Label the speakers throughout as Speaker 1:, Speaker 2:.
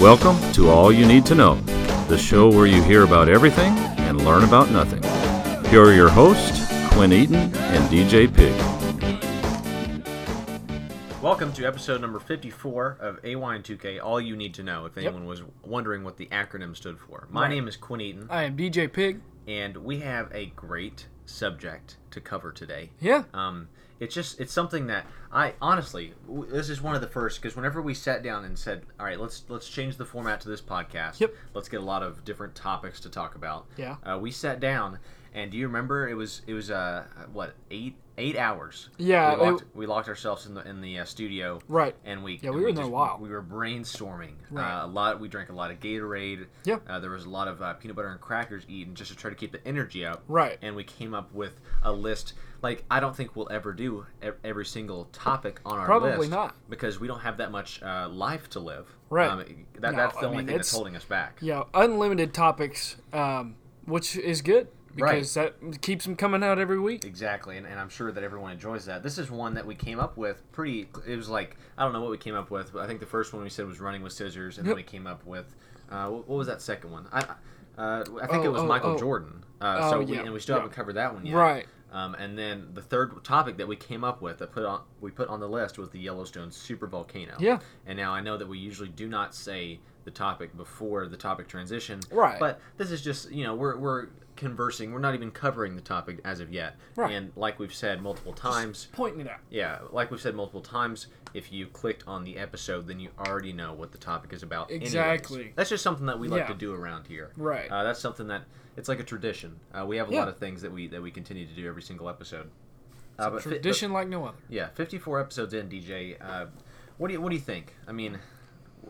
Speaker 1: Welcome to All You Need to Know, the show where you hear about everything and learn about nothing. Here are your hosts, Quinn Eaton and DJ Pig.
Speaker 2: Welcome to episode number 54 of AY2K All You Need to Know, if anyone was wondering what the acronym stood for. My
Speaker 3: Right.
Speaker 2: name is Quinn Eaton,
Speaker 3: I am DJ Pig.
Speaker 2: and we have a great subject to cover today.
Speaker 3: Yeah.
Speaker 2: Um, it's just it's something that I honestly w- this is one of the first because whenever we sat down and said, all right, let's let's change the format to this podcast.
Speaker 3: Yep.
Speaker 2: Let's get a lot of different topics to talk about.
Speaker 3: Yeah.
Speaker 2: Uh, we sat down, and do you remember it was it was uh what eight eight hours?
Speaker 3: Yeah,
Speaker 2: We locked,
Speaker 3: it-
Speaker 2: we locked ourselves in the in the uh, studio.
Speaker 3: Right.
Speaker 2: And we
Speaker 3: Yeah,
Speaker 2: and
Speaker 3: we were in there a
Speaker 2: just-
Speaker 3: while.
Speaker 2: We were brainstorming.
Speaker 3: Right.
Speaker 2: Uh, a lot. We drank a lot of Gatorade.
Speaker 3: Yeah.
Speaker 2: Uh, there was a lot of uh, peanut butter and crackers eaten just to try to keep the energy up
Speaker 3: Right.
Speaker 2: and we came up with a list like i don't think we'll ever do e- every single topic on our
Speaker 3: Probably
Speaker 2: list
Speaker 3: not.
Speaker 2: because we don't have that much uh, life to live Um,
Speaker 3: Right.
Speaker 2: that,
Speaker 3: No,
Speaker 2: that's the
Speaker 3: I
Speaker 2: only
Speaker 3: mean,
Speaker 2: thing that's
Speaker 3: it's-
Speaker 2: holding us back
Speaker 3: Yeah, unlimited topics, um, which is good because that keeps them coming out every week.
Speaker 2: exactly and, and i'm sure that everyone enjoys that this is one that we came up with pretty it was like i don't know what we came up with but i think the first one we said was running with scissors and then we came up with uh, wh- what was that second one i uh, I think it
Speaker 3: Oh,
Speaker 2: was
Speaker 3: oh,
Speaker 2: Michael
Speaker 3: oh.
Speaker 2: Jordan. Uh,
Speaker 3: Oh,
Speaker 2: so we,
Speaker 3: yeah,
Speaker 2: and we still
Speaker 3: yeah.
Speaker 2: haven't covered that one yet.
Speaker 3: Right.
Speaker 2: Um, and then the third topic that we came up with that put on we put on the list was the Yellowstone supervolcano.
Speaker 3: Yeah.
Speaker 2: And now I know that we usually do not say the topic before the topic transition.
Speaker 3: Right.
Speaker 2: But this is just you know we're we're conversing. We're not even covering the topic as of yet.
Speaker 3: Right.
Speaker 2: And like we've said multiple times.
Speaker 3: Pointing it out.
Speaker 2: Yeah, like we've said multiple times, if you clicked on the episode, then you already know what the topic is about. anyways.
Speaker 3: Exactly.
Speaker 2: That's just something that we like
Speaker 3: Yeah.
Speaker 2: to do around here.
Speaker 3: Right.
Speaker 2: Uh, that's something that it's like a tradition. Uh, we have a
Speaker 3: Yeah.
Speaker 2: lot of things that we that we continue to do every single episode. Uh, but fi- but-
Speaker 3: Tradition like no other.
Speaker 2: yeah, fifty-four episodes in, DJ. Uh, what do you what do you think? I mean,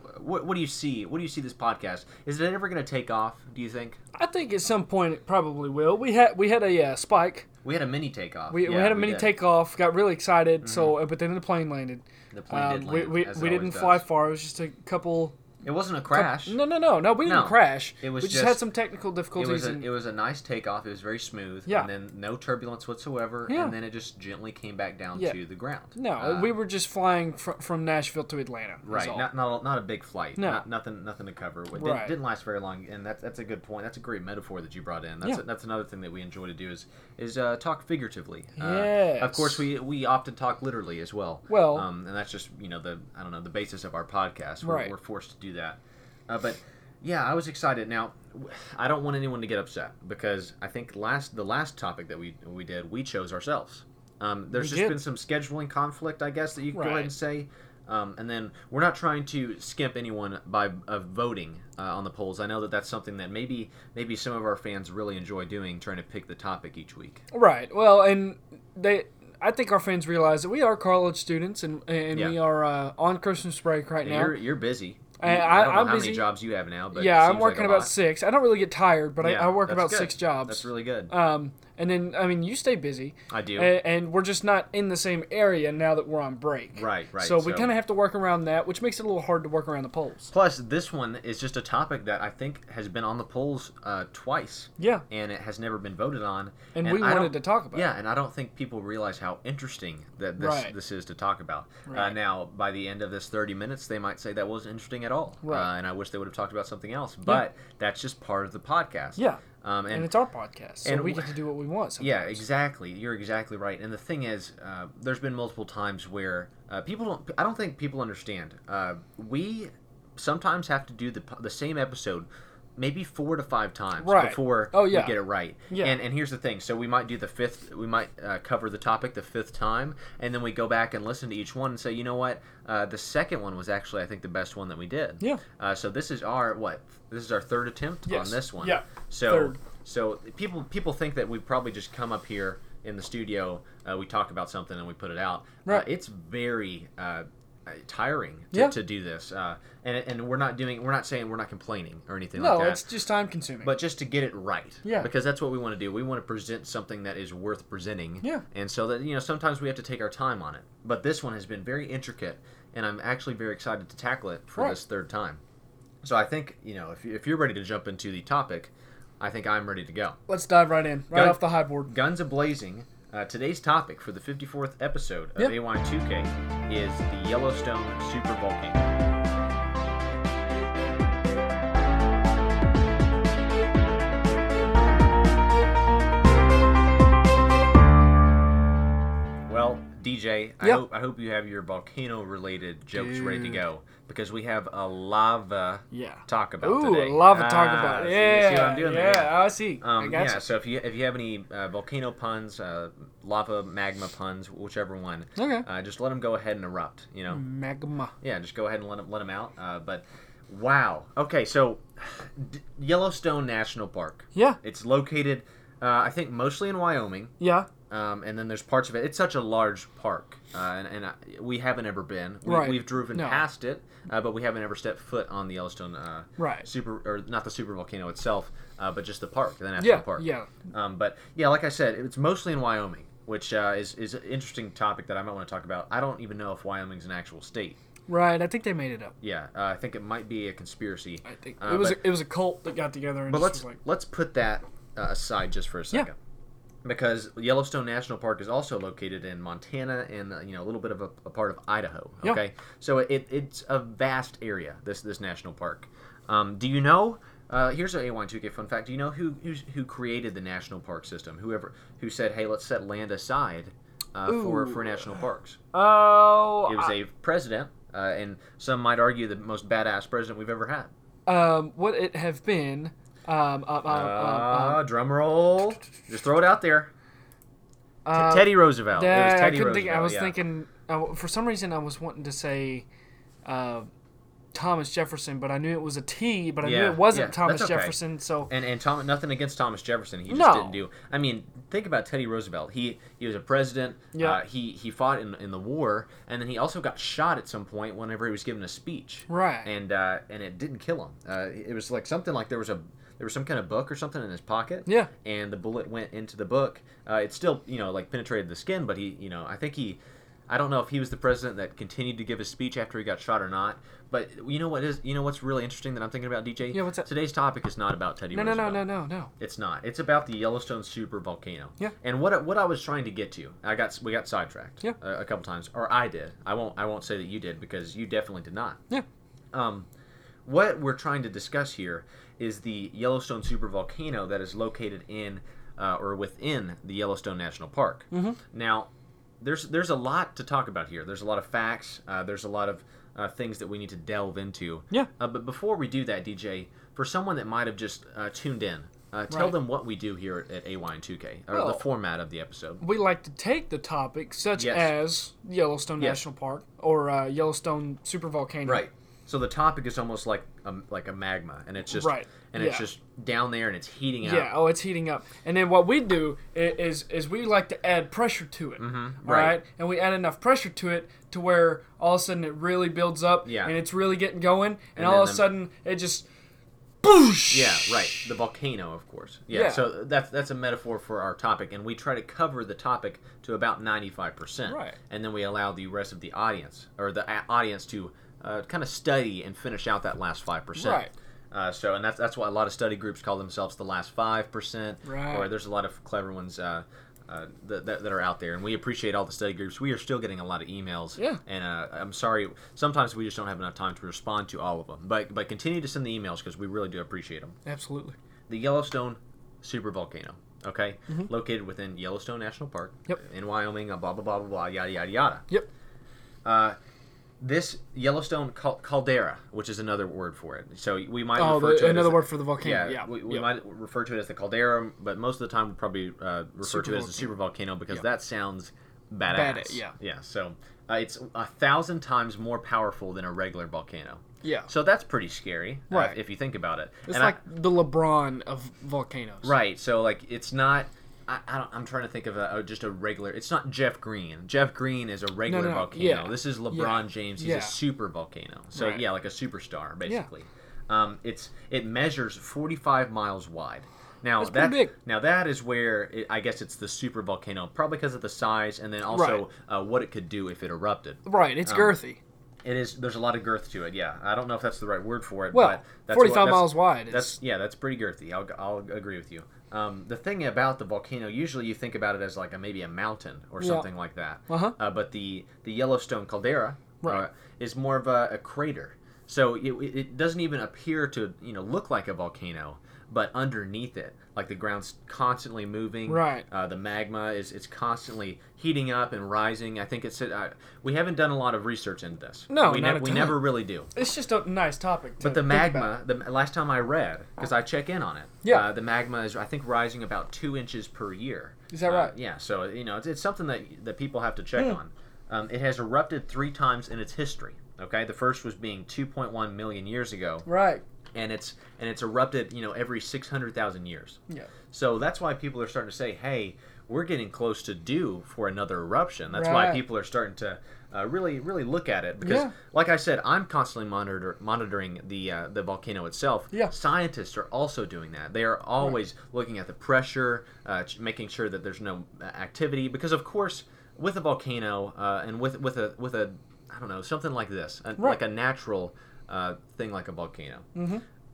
Speaker 2: wh- what what do you see? What do you see this podcast? Is it ever going to take off? Do you think?
Speaker 3: I think at some point it probably will. We had we had a uh, spike.
Speaker 2: We had a mini takeoff.
Speaker 3: We, we
Speaker 2: Yeah,
Speaker 3: had a mini
Speaker 2: did.
Speaker 3: takeoff. Got really excited. So, uh, but then the plane landed. Um,
Speaker 2: The plane did land,
Speaker 3: we we,
Speaker 2: as it
Speaker 3: we
Speaker 2: always
Speaker 3: didn't fly
Speaker 2: does.
Speaker 3: far. It was just a couple.
Speaker 2: It wasn't a crash.
Speaker 3: No, no, no, no. We didn't
Speaker 2: No.
Speaker 3: crash.
Speaker 2: It was
Speaker 3: we just,
Speaker 2: just-
Speaker 3: had some technical
Speaker 2: It
Speaker 3: difficulties.
Speaker 2: was a,
Speaker 3: and-
Speaker 2: it was a nice takeoff. It was very smooth.
Speaker 3: Yeah.
Speaker 2: And then no turbulence whatsoever.
Speaker 3: Yeah.
Speaker 2: And then it just gently came back down
Speaker 3: Yeah.
Speaker 2: to the ground.
Speaker 3: no,
Speaker 2: Uh,
Speaker 3: we were just flying fr- from Nashville to Atlanta. was
Speaker 2: right.
Speaker 3: all.
Speaker 2: Not, not a- not a big flight.
Speaker 3: No.
Speaker 2: Not, nothing nothing to cover. It didn't,
Speaker 3: Right.
Speaker 2: didn't last very long. And that's that's a good point. That's a great metaphor that you brought in. That's
Speaker 3: Yeah.
Speaker 2: that's another thing that we enjoy to do is is uh, talk figuratively. Uh, of
Speaker 3: Yes.
Speaker 2: course, we we often talk literally as well.
Speaker 3: Well-
Speaker 2: Um, and that's just you know the I don't know the basis of our podcast. We're,
Speaker 3: Right.
Speaker 2: we're forced to do that. Uh, but yeah, I was excited. Now, w- I don't want anyone to get upset because I think last the last topic that we we did we chose ourselves. Um, there's
Speaker 3: We
Speaker 2: just
Speaker 3: did.
Speaker 2: been some scheduling conflict, I guess that you can go ahead
Speaker 3: Right.
Speaker 2: and say. Um, and then we're not trying to skimp anyone by uh, voting uh, on the polls. I know that that's something that maybe maybe some of our fans really enjoy doing, trying to pick the topic each week.
Speaker 3: Right. Well, and they, I think our fans realize that we are college students and and
Speaker 2: Yeah.
Speaker 3: we are uh, on Christmas break right
Speaker 2: And
Speaker 3: now.
Speaker 2: you're you're busy. You-
Speaker 3: I- I-
Speaker 2: don't know
Speaker 3: I'm
Speaker 2: how many
Speaker 3: busy.
Speaker 2: jobs you have now, but it
Speaker 3: Yeah,
Speaker 2: seems
Speaker 3: I'm working
Speaker 2: like a
Speaker 3: about
Speaker 2: lot.
Speaker 3: six. I don't really get tired, but
Speaker 2: Yeah,
Speaker 3: I, I work
Speaker 2: that's
Speaker 3: about
Speaker 2: good.
Speaker 3: six jobs.
Speaker 2: That's really good.
Speaker 3: Um, and then I mean, you stay busy.
Speaker 2: I do.
Speaker 3: A- And, we're just not in the same area now that we're on break.
Speaker 2: Right, right,
Speaker 3: So we
Speaker 2: so-
Speaker 3: kind of have to work around that, which makes it a little hard to work around the polls.
Speaker 2: Plus, this one is just a topic that I think has been on the polls uh, twice.
Speaker 3: Yeah.
Speaker 2: And it has never been voted on.
Speaker 3: And we
Speaker 2: I don't-
Speaker 3: wanted to talk about
Speaker 2: Yeah, and I don't think people realize how interesting that this
Speaker 3: Right.
Speaker 2: this is to talk about. Uh,
Speaker 3: Right.
Speaker 2: now, by the end of this 30 minutes, they might say that wasn't interesting at all.
Speaker 3: Right.
Speaker 2: Uh, and I wish they would have talked about something else. But that's just part of the podcast.
Speaker 3: Yeah.
Speaker 2: Um,
Speaker 3: And, it's our podcast, so
Speaker 2: and
Speaker 3: we
Speaker 2: w-
Speaker 3: get to do what we want.
Speaker 2: yeah,
Speaker 3: sometimes.
Speaker 2: exactly. You're exactly right. And the thing is, uh, there's been multiple times where uh, people don't. I don't think people understand. Uh, we sometimes have to do the po- the same episode. Maybe four to five times
Speaker 3: Right.
Speaker 2: before
Speaker 3: Oh,
Speaker 2: we
Speaker 3: yeah.
Speaker 2: get it right.
Speaker 3: Yeah.
Speaker 2: And and here's the thing. So we might do the fifth. We might uh, cover the topic the fifth time, and then we go back and listen to each one and say, you know what, uh, the second one was actually I think the best one that we did.
Speaker 3: Yeah.
Speaker 2: Uh, so this is our what? This is our third attempt
Speaker 3: Yes.
Speaker 2: on this one.
Speaker 3: Yeah.
Speaker 2: So
Speaker 3: Third.
Speaker 2: so people people think that we probably just come up here in the studio, uh, we talk about something and we put it out. Uh,
Speaker 3: Right.
Speaker 2: it's very uh, tiring to,
Speaker 3: Yeah.
Speaker 2: to do this, uh, and and we're not doing we're not saying we're not complaining or anything
Speaker 3: No,
Speaker 2: like that.
Speaker 3: it's just time consuming.
Speaker 2: but just to get it right,
Speaker 3: Yeah.
Speaker 2: Because that's what we want to do. We want to present something that is worth presenting,
Speaker 3: Yeah.
Speaker 2: And so that you know, sometimes we have to take our time on it. But this one has been very intricate, and I'm actually very excited to tackle it for
Speaker 3: Right.
Speaker 2: this third time. So I think you know, if, you- if you're ready to jump into the topic, I think I'm ready to go
Speaker 3: Let's dive right in, right
Speaker 2: Got-
Speaker 3: off the high board.
Speaker 2: guns a blazing. Uh, today's topic for the 54th episode of
Speaker 3: Yep.
Speaker 2: AY2K is the Yellowstone supervolcano. DJ, I
Speaker 3: Yeah.
Speaker 2: hope I hope you have your volcano related jokes ready to go because we have a lava
Speaker 3: Yeah.
Speaker 2: talk about
Speaker 3: Ooh,
Speaker 2: today.
Speaker 3: love to talk
Speaker 2: Ah,
Speaker 3: about.
Speaker 2: see-
Speaker 3: Yeah,
Speaker 2: see what I'm doing
Speaker 3: yeah,
Speaker 2: there?
Speaker 3: I see. I
Speaker 2: Um,
Speaker 3: got
Speaker 2: yeah, so if you if you have any uh, volcano puns, uh, lava magma puns, whichever one,
Speaker 3: Okay. Mm-hmm.
Speaker 2: uh, just let them go ahead and erupt. You know,
Speaker 3: Magma.
Speaker 2: yeah, just go ahead and let them let them out. Uh, but wow, okay, so D- Yellowstone National Park,
Speaker 3: Yeah,
Speaker 2: it's located, uh, I think, mostly in Wyoming,
Speaker 3: yeah,
Speaker 2: um, and then there's parts of it. It's such a large park, uh, and, and I, we haven't ever been. We,
Speaker 3: Right.
Speaker 2: We've driven
Speaker 3: No.
Speaker 2: past it, uh, but we haven't ever stepped foot on the Yellowstone. Uh,
Speaker 3: Right.
Speaker 2: Super or not the super volcano itself, uh, but just the park, the national
Speaker 3: yeah,
Speaker 2: park.
Speaker 3: yeah.
Speaker 2: Um, but yeah, like I said, it's mostly in Wyoming, which uh, is is an interesting topic that I might want to talk about. I don't even know if Wyoming's an actual state.
Speaker 3: Right. I think they made it up.
Speaker 2: Yeah, uh, I think it might be a conspiracy.
Speaker 3: I think
Speaker 2: Uh,
Speaker 3: it was
Speaker 2: but-
Speaker 3: a, it was a cult that got together and
Speaker 2: But
Speaker 3: just
Speaker 2: let's
Speaker 3: was like,
Speaker 2: let's put that uh, aside just for a second. Because Yellowstone National Park is also located in Montana and uh, you know a little bit of a, a part of Idaho.
Speaker 3: Yeah.
Speaker 2: Okay, so it, it's a vast area. This this national park. Um, do you know? Uh, here's a A1-2K fun fact. Do you know who who's, who created the national park system? Whoever who said, "Hey, let's set land aside uh, for
Speaker 3: Ooh.
Speaker 2: for national parks."
Speaker 3: oh,
Speaker 2: It was a president, uh, and some might argue the most badass president we've ever had.
Speaker 3: um, would it have been? Um, um, um, um, um,
Speaker 2: Uh, drum roll. Just throw it out there. T-
Speaker 3: uh,
Speaker 2: Teddy Roosevelt. It was
Speaker 3: Yeah, I
Speaker 2: Teddy
Speaker 3: couldn't think. I
Speaker 2: Roosevelt,
Speaker 3: was
Speaker 2: yeah.
Speaker 3: thinking uh, for some reason I was wanting to say uh, Thomas Jefferson, but I knew it was a T, but I knew
Speaker 2: Yeah,
Speaker 3: it wasn't
Speaker 2: yeah,
Speaker 3: Thomas
Speaker 2: that's okay.
Speaker 3: Jefferson. So
Speaker 2: And and Tom, nothing against Thomas Jefferson. He just
Speaker 3: No.
Speaker 2: didn't do. I mean, think about Teddy Roosevelt. He he was a president.
Speaker 3: Yeah.
Speaker 2: Uh, he he fought in, in the war, and then he also got shot at some point whenever he was giving a speech.
Speaker 3: Right.
Speaker 2: And uh, and it didn't kill him. Uh, it was like something like there was a there was some kind of book or something in his pocket.
Speaker 3: Yeah.
Speaker 2: And the bullet went into the book. Uh, it still you know like penetrated the skin, but he you know I think he. I don't know if he was the president that continued to give his speech after he got shot or not, but you know what is you know what's really interesting that I'm thinking about, DJ.
Speaker 3: Yeah, what's that?
Speaker 2: Today's topic is not about Teddy
Speaker 3: no, no,
Speaker 2: Roosevelt.
Speaker 3: no, no, no, no.
Speaker 2: It's not. It's about the Yellowstone super volcano.
Speaker 3: Yeah.
Speaker 2: And what I- what I was trying to get to, I got we got sidetracked.
Speaker 3: Yeah.
Speaker 2: A, a couple times, or I did. I won't I won't say that you did because you definitely did not.
Speaker 3: Yeah,
Speaker 2: Um, what we're trying to discuss here is the Yellowstone supervolcano that is located in uh, or within the Yellowstone National Park.
Speaker 3: Mm-hmm.
Speaker 2: Now, there's there's a lot to talk about here. There's a lot of facts. Uh, there's a lot of uh, things that we need to delve into.
Speaker 3: Yeah.
Speaker 2: Uh, but before we do that, DJ, for someone that might have just uh, tuned in, uh, tell
Speaker 3: Right.
Speaker 2: them what we do here at, at AY and 2K or
Speaker 3: Well- Mm-hmm.
Speaker 2: the format of the episode.
Speaker 3: we like to take the topics such
Speaker 2: Yes.
Speaker 3: as Yellowstone
Speaker 2: Yes.
Speaker 3: National Park or uh, Yellowstone supervolcano.
Speaker 2: So the topic is almost like a, like a magma, and it's just
Speaker 3: Right.
Speaker 2: and it's
Speaker 3: Yeah.
Speaker 2: just down there, and it's heating up.
Speaker 3: Yeah. Oh, it's heating up. And then what we do i- is is we like to add pressure to it. Mm-hmm,
Speaker 2: right.
Speaker 3: And we add enough pressure to it to where all of a sudden it really builds up.
Speaker 2: Yeah.
Speaker 3: And it's really getting going. And,
Speaker 2: then
Speaker 3: all of a
Speaker 2: the-
Speaker 3: sudden it just. Boosh!
Speaker 2: Yeah, right. The volcano, of course. Yeah,
Speaker 3: Yeah.
Speaker 2: So that's that's a metaphor for our topic, and we try to cover the topic to about ninety five percent.
Speaker 3: Right.
Speaker 2: And then we allow the rest of the audience or the a- audience to uh, kind of study and finish out that last five percent.
Speaker 3: Right.
Speaker 2: Uh, so, and that's that's why a lot of study groups call themselves the last five percent.
Speaker 3: Right.
Speaker 2: Or there's a lot of clever ones. Uh, uh, that, that, that are out there, and we appreciate all the study groups. We are still getting a lot of emails,
Speaker 3: Yeah.
Speaker 2: and uh, I'm sorry, sometimes we just don't have enough time to respond to all of them. But but continue to send the emails because we really do appreciate them
Speaker 3: Absolutely.
Speaker 2: the Yellowstone supervolcano. Okay, located within Yellowstone National Park
Speaker 3: Mm-hmm. Yep.
Speaker 2: in Wyoming. uh, Blah blah blah blah blah. Yada yada yada.
Speaker 3: Yep.
Speaker 2: This Yellowstone cal- caldera, which is another word for it, so we might
Speaker 3: Oh,
Speaker 2: refer
Speaker 3: the-
Speaker 2: to it
Speaker 3: another
Speaker 2: as,
Speaker 3: word for the volcano. Yeah.
Speaker 2: we, we
Speaker 3: Yep.
Speaker 2: might refer to it as the caldera, but most of the time we probably uh, refer to it as the supervolcano because that sounds badass.
Speaker 3: Bada- yeah.
Speaker 2: yeah. So uh, it's a thousand times more powerful than a regular volcano.
Speaker 3: Yeah.
Speaker 2: So that's pretty scary, uh,
Speaker 3: Right.
Speaker 2: if you think about it.
Speaker 3: It's
Speaker 2: And I-
Speaker 3: like the LeBron of volcanoes.
Speaker 2: Right. So like it's not. I, I don't, I'm trying to think of a, a- just a regular. It's not Jeff Green. Jeff Green is a regular
Speaker 3: no,
Speaker 2: volcano.
Speaker 3: yeah.
Speaker 2: This is LeBron
Speaker 3: Yeah.
Speaker 2: James. He's
Speaker 3: Yeah.
Speaker 2: a super volcano. So
Speaker 3: Right.
Speaker 2: yeah, like a superstar basically. Um, it's it measures 45 miles wide. Now that's
Speaker 3: pretty big.
Speaker 2: now that is where it, I guess it's the super volcano, probably because of the size and then also uh, what it could do if it erupted.
Speaker 3: Right.
Speaker 2: Um,
Speaker 3: It's girthy.
Speaker 2: It is. There's a lot of girth to it. Yeah, I don't know if that's the right word for it.
Speaker 3: Well,
Speaker 2: but that's
Speaker 3: 45
Speaker 2: what- that's-
Speaker 3: miles wide
Speaker 2: That's
Speaker 3: is-
Speaker 2: yeah. That's pretty girthy. I'll, I'll agree with you. Um, the thing about the volcano, usually you think about it as like a, maybe a mountain or
Speaker 3: Yeah.
Speaker 2: something like that.
Speaker 3: Uh-huh.
Speaker 2: Uh, but the the Yellowstone caldera uh,
Speaker 3: Right.
Speaker 2: is more of a, a crater, so it, it- it doesn't even appear to you know look like a volcano. but underneath it, like the ground's constantly moving.
Speaker 3: Right.
Speaker 2: Uh, the magma is it's constantly heating up and rising. I think it's uh, we haven't done a lot of research into this.
Speaker 3: No,
Speaker 2: we,
Speaker 3: not a
Speaker 2: we
Speaker 3: ton.
Speaker 2: never really do.
Speaker 3: It's just a nice topic. To
Speaker 2: But the
Speaker 3: think about.
Speaker 2: magma, the last time I read, because I check in on it,
Speaker 3: Yeah.
Speaker 2: uh, the magma is I think rising about two inches per year.
Speaker 3: Is that
Speaker 2: Uh,
Speaker 3: right? Hmm.
Speaker 2: Yeah. So you know, it's, it's something that that people have to check on. Um, it has erupted three times in its history. Okay, the first was being 2.1 million years ago,
Speaker 3: Right.
Speaker 2: and it's and it's erupted you know every 600,000 years.
Speaker 3: Yeah.
Speaker 2: So that's why people are starting to say, "Hey, we're getting close to due for another eruption." That's why
Speaker 3: Right.
Speaker 2: people are starting to uh, really, really look at it because,
Speaker 3: Yeah.
Speaker 2: like I said, I'm constantly monitor- monitoring the uh, the volcano itself.
Speaker 3: Yeah.
Speaker 2: Scientists are also doing that. They are always looking at the pressure, uh, ch- making sure that there's no uh, activity because, of course, with a volcano uh, and with with a with a I don't know something like this, a,
Speaker 3: Right. Mm-hmm.
Speaker 2: like a natural uh, thing like a volcano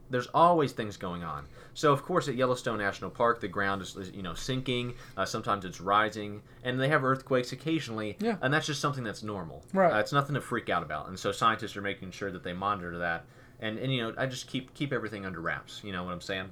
Speaker 2: there's always things going on. So of course at Yellowstone National Park the ground is is, you know sinking, uh, sometimes it's rising, and they have earthquakes occasionally.
Speaker 3: Yeah.
Speaker 2: And that's just something that's normal.
Speaker 3: Right.
Speaker 2: Uh, it's nothing to freak out about. And so scientists are making sure that they monitor that, and and you know I just keep keep everything under wraps. You know what I'm saying?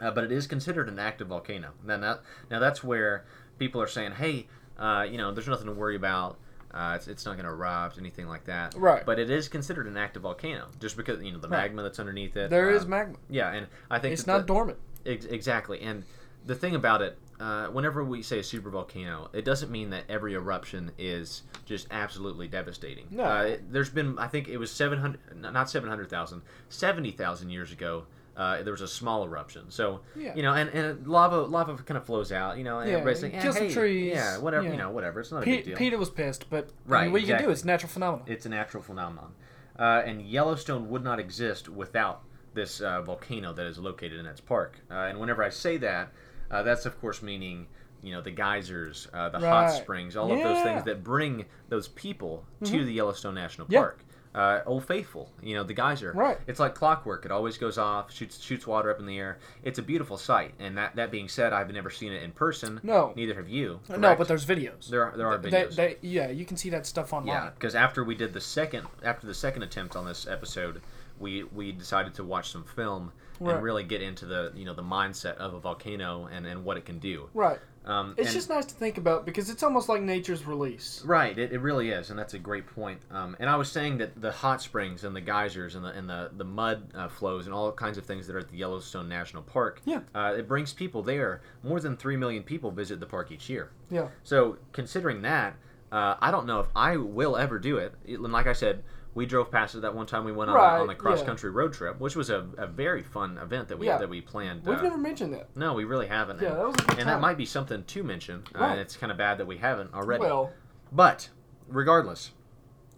Speaker 2: Uh, but it is considered an active volcano. Now that, now that's where people are saying, hey, uh, you know, there's nothing to worry about. Uh, it's, it's not going to erupt, anything like that.
Speaker 3: Right.
Speaker 2: But it is considered an active volcano, just because you know the
Speaker 3: Right.
Speaker 2: magma that's underneath it.
Speaker 3: There
Speaker 2: uh,
Speaker 3: is magma.
Speaker 2: yeah, and I think
Speaker 3: It's
Speaker 2: that
Speaker 3: not
Speaker 2: the,
Speaker 3: dormant.
Speaker 2: ex- exactly. And the thing about it, uh, whenever we say a super volcano, it doesn't mean that every eruption is just absolutely devastating.
Speaker 3: No.
Speaker 2: uh, it- there's been I think it was 700, n- not 700,000, 70,000 years ago. Uh, there was a small eruption, so
Speaker 3: Yeah.
Speaker 2: you know, and, and lava lava kind of flows out, you know, and
Speaker 3: Yeah,
Speaker 2: everybody's like, eh,
Speaker 3: kills some
Speaker 2: hey,
Speaker 3: trees,
Speaker 2: yeah, whatever,
Speaker 3: yeah.
Speaker 2: you know, whatever. It's not a
Speaker 3: Pe-
Speaker 2: big deal.
Speaker 3: Peter was pissed, but I mean,
Speaker 2: Right,
Speaker 3: what you can do?
Speaker 2: exactly.
Speaker 3: It's natural phenomenon.
Speaker 2: It's a natural phenomenon. Uh, and Yellowstone would not exist without this uh, volcano that is located in its park. Uh, and whenever I say that, uh, that's of course meaning you know the geysers, uh, the hot
Speaker 3: Right.
Speaker 2: springs, all of those
Speaker 3: Yeah. Mm-hmm.
Speaker 2: things that bring those people to the Yellowstone National
Speaker 3: Yeah.
Speaker 2: Park. Uh, Old Faithful, you know the geyser.
Speaker 3: Right.
Speaker 2: It's like clockwork. It always goes off, shoots shoots water up in the air. It's a beautiful sight. And that, that being said, I've never seen it in person.
Speaker 3: No.
Speaker 2: Neither have you.
Speaker 3: no,
Speaker 2: correct?
Speaker 3: but there's videos.
Speaker 2: there are, there are videos.
Speaker 3: They, they, yeah, you can see that stuff online.
Speaker 2: Yeah, because after we did the second after the second attempt on this episode, we we decided to watch some film
Speaker 3: Right.
Speaker 2: and really get into the you know the mindset of a volcano and and what it can do.
Speaker 3: Right.
Speaker 2: Um,
Speaker 3: It's
Speaker 2: and-
Speaker 3: just nice to think about because it's almost like nature's release.
Speaker 2: Right, it, it really is, and that's a great point. Um, and I was saying that the hot springs and the geysers and the and the, the mud uh, flows and all kinds of things that are at the Yellowstone National Park.
Speaker 3: Yeah.
Speaker 2: uh, it brings people there. More than three million people visit the park each year.
Speaker 3: Yeah.
Speaker 2: So considering that, uh, I don't know if I will ever do it. It- And like I said, we drove past it that one time we went on,
Speaker 3: Right,
Speaker 2: a, on a
Speaker 3: yeah.
Speaker 2: cross country road trip, which was a, a very fun event that we
Speaker 3: Yeah.
Speaker 2: that we planned.
Speaker 3: We've
Speaker 2: uh,
Speaker 3: never mentioned that.
Speaker 2: no, we really haven't.
Speaker 3: Yeah,
Speaker 2: and,
Speaker 3: that was a good
Speaker 2: and
Speaker 3: time.
Speaker 2: that might be something to mention. Uh,
Speaker 3: Right.
Speaker 2: and it's kind of bad that we haven't already.
Speaker 3: Well,
Speaker 2: But regardless,